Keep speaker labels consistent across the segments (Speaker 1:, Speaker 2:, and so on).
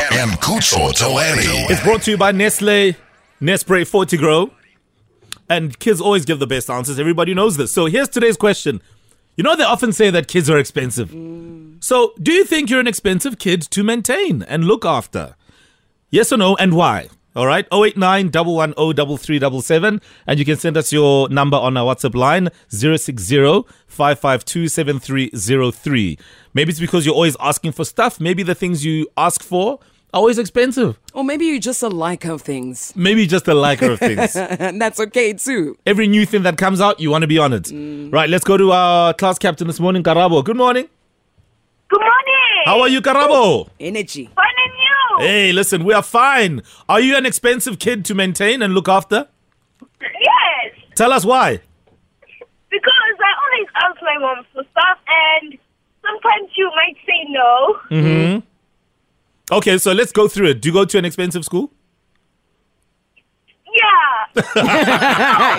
Speaker 1: Kucho Tawani.
Speaker 2: It's brought to you by Nestle, Nespre Fortigro. And kids always give the best answers. Everybody knows this. So here's today's question. You know, they often say that kids are expensive. So do you think you're an expensive kid to maintain and look after? Yes or no, and why? All right, 089 110 3377. And you can send us your number on our WhatsApp line 060 552 7303. Maybe it's because you're always asking for stuff. Maybe the things you ask for are always expensive.
Speaker 3: Or maybe you just a liker of things,
Speaker 2: Maybe just a liker of things.
Speaker 3: and that's okay too.
Speaker 2: Every new thing that comes out, you want to be on it. Right, let's go to our class captain this morning, Karabo. Good morning.
Speaker 4: Good morning.
Speaker 2: How Eh. are you, Karabo?
Speaker 3: Energy.
Speaker 4: Fun and you.
Speaker 2: Hey, listen, we are fine. Are you an expensive kid to maintain and look after?
Speaker 4: Yes,
Speaker 2: Tell us why.
Speaker 4: because I always ask my mom for stuff, and sometimes you might say no.
Speaker 2: Okay, so let's go through it. Do you go to an expensive school?
Speaker 4: Yeah.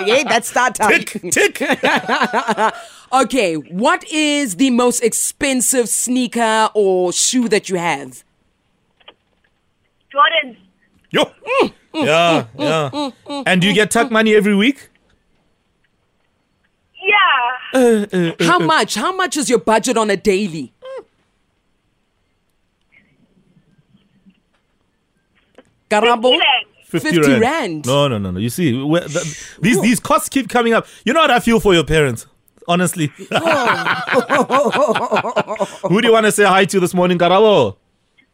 Speaker 3: yeah, that's that time.
Speaker 2: Tick, tick.
Speaker 3: Okay, what is the most expensive sneaker or shoe that you have?
Speaker 4: Jordan,
Speaker 2: Yo. Yeah, yeah. And do you get tuck money every week?
Speaker 4: yeah.
Speaker 2: Uh,
Speaker 3: How much? How much is your budget on a daily? Garabo?
Speaker 4: Relax.
Speaker 3: 50 rand.
Speaker 2: No, no, no, no. You see, we're- th- these these costs keep coming up. You know what I feel for your parents, honestly.
Speaker 3: Oh.
Speaker 2: Who do you want to say hi to this morning, Karabo?
Speaker 4: Um,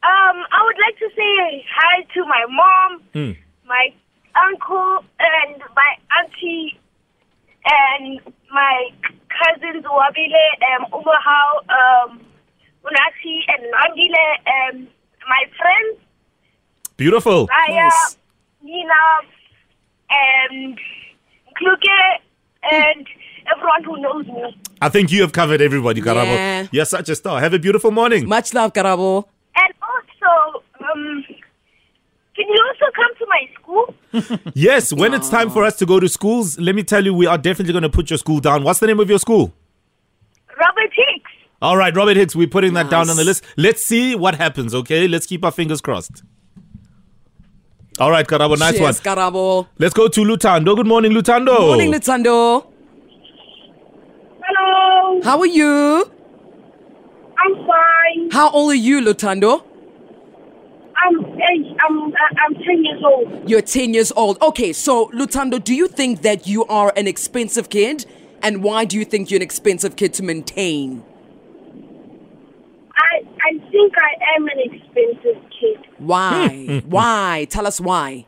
Speaker 4: I would like to say hi to my mom, my uncle, and my auntie, and my cousins Wabile, um, Umahau, um, Unasi, and Nandile, and my friends.
Speaker 2: Beautiful.
Speaker 4: Raya,
Speaker 3: Nice.
Speaker 4: Nina, and Kluke, and everyone who knows me.
Speaker 2: I think you have covered everybody, Karabo.
Speaker 3: Yeah.
Speaker 2: You're such a star. Have a beautiful morning.
Speaker 3: Much love, Garabo.
Speaker 4: And also, um, can you also come to my school?
Speaker 2: yes, when it's time for us to go to schools, let me tell you, we are definitely going to put your school down. What's the name of your school?
Speaker 4: Robert Hicks.
Speaker 2: All right, Robert Hicks, we're putting that down on the
Speaker 3: Nice.
Speaker 2: list. Let's see what happens, okay? Let's keep our fingers crossed. All right, Karabo, nice one. Oh.
Speaker 3: Cheers, Garabo.
Speaker 2: Let's go to Lutando. Good morning, Lutando.
Speaker 3: Morning, Lutando.
Speaker 4: Hello.
Speaker 3: How are you?
Speaker 4: I'm fine.
Speaker 3: How old are you, Lutando?
Speaker 4: I'm eight- I'm I'm ten years old.
Speaker 3: You're 10 years old. Okay, so Lutando, do you think that you are an expensive kid? And why do you think you're an expensive kid to maintain?
Speaker 4: I I think I am an expensive kid
Speaker 3: Why?
Speaker 2: Hmm.
Speaker 3: why? Tell us why.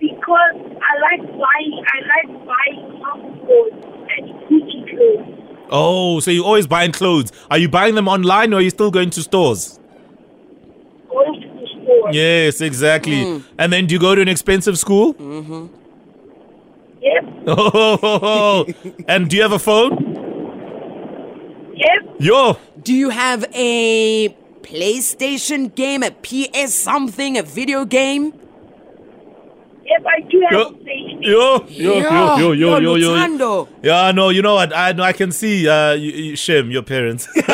Speaker 4: because I like buying I like buying popcorn and Gucci clothes.
Speaker 2: Oh, so you're always buying clothes. Are you buying them online or are you still going to stores?
Speaker 4: Going to the store.
Speaker 2: Yes, exactly. And then do you go to an expensive school?
Speaker 4: Yep.
Speaker 2: Oh, and do you have a phone?
Speaker 4: Yep.
Speaker 2: Yo,
Speaker 3: Do you have a PlayStation game, a PS something, a video game?
Speaker 4: Yep, I do have
Speaker 2: yo,
Speaker 4: a station.
Speaker 2: yo, yo, yo, yo, yo, yo, yo.
Speaker 3: Lutando.
Speaker 2: Yeah, no, you know what? I know I can see uh, you, you, Shem, your parents.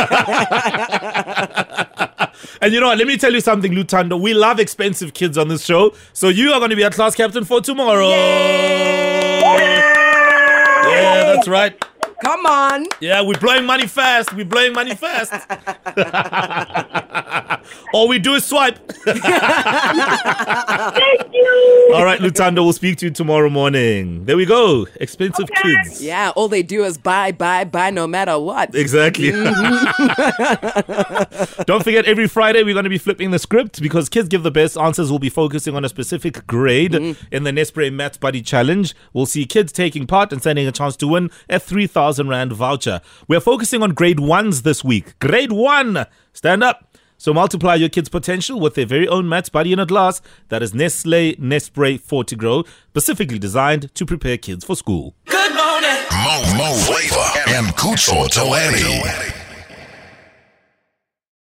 Speaker 2: and you know what? Let me tell you something, Lutando. We love expensive kids on this show, so you are going to be our class captain for tomorrow. Yeah, that's right.
Speaker 3: Come on.
Speaker 2: Yeah, we're blowing money fast. We're blowing money fast. All we do is swipe.
Speaker 4: Thank you.
Speaker 2: All right, Lutando, we'll speak to you tomorrow morning. There we go. Expensive
Speaker 4: Okay.
Speaker 2: kids.
Speaker 3: Yeah, all they do is buy, buy, buy no matter what.
Speaker 2: Exactly. Don't forget, every Friday we're going to be flipping the script because kids give the best answers. We'll be focusing on a specific grade in the Nespre Maths Buddy Challenge. We'll see kids taking part and standing a chance to win a 3,000 Rand voucher. We're focusing on grade ones this week. Grade one! Stand up! So multiply your kids' potential with their very own Maths Buddy in a glass that is Nestle Nespre Fortigro, specifically designed to prepare kids for school.
Speaker 1: Mo Mo Flavor and Kucho Tawani.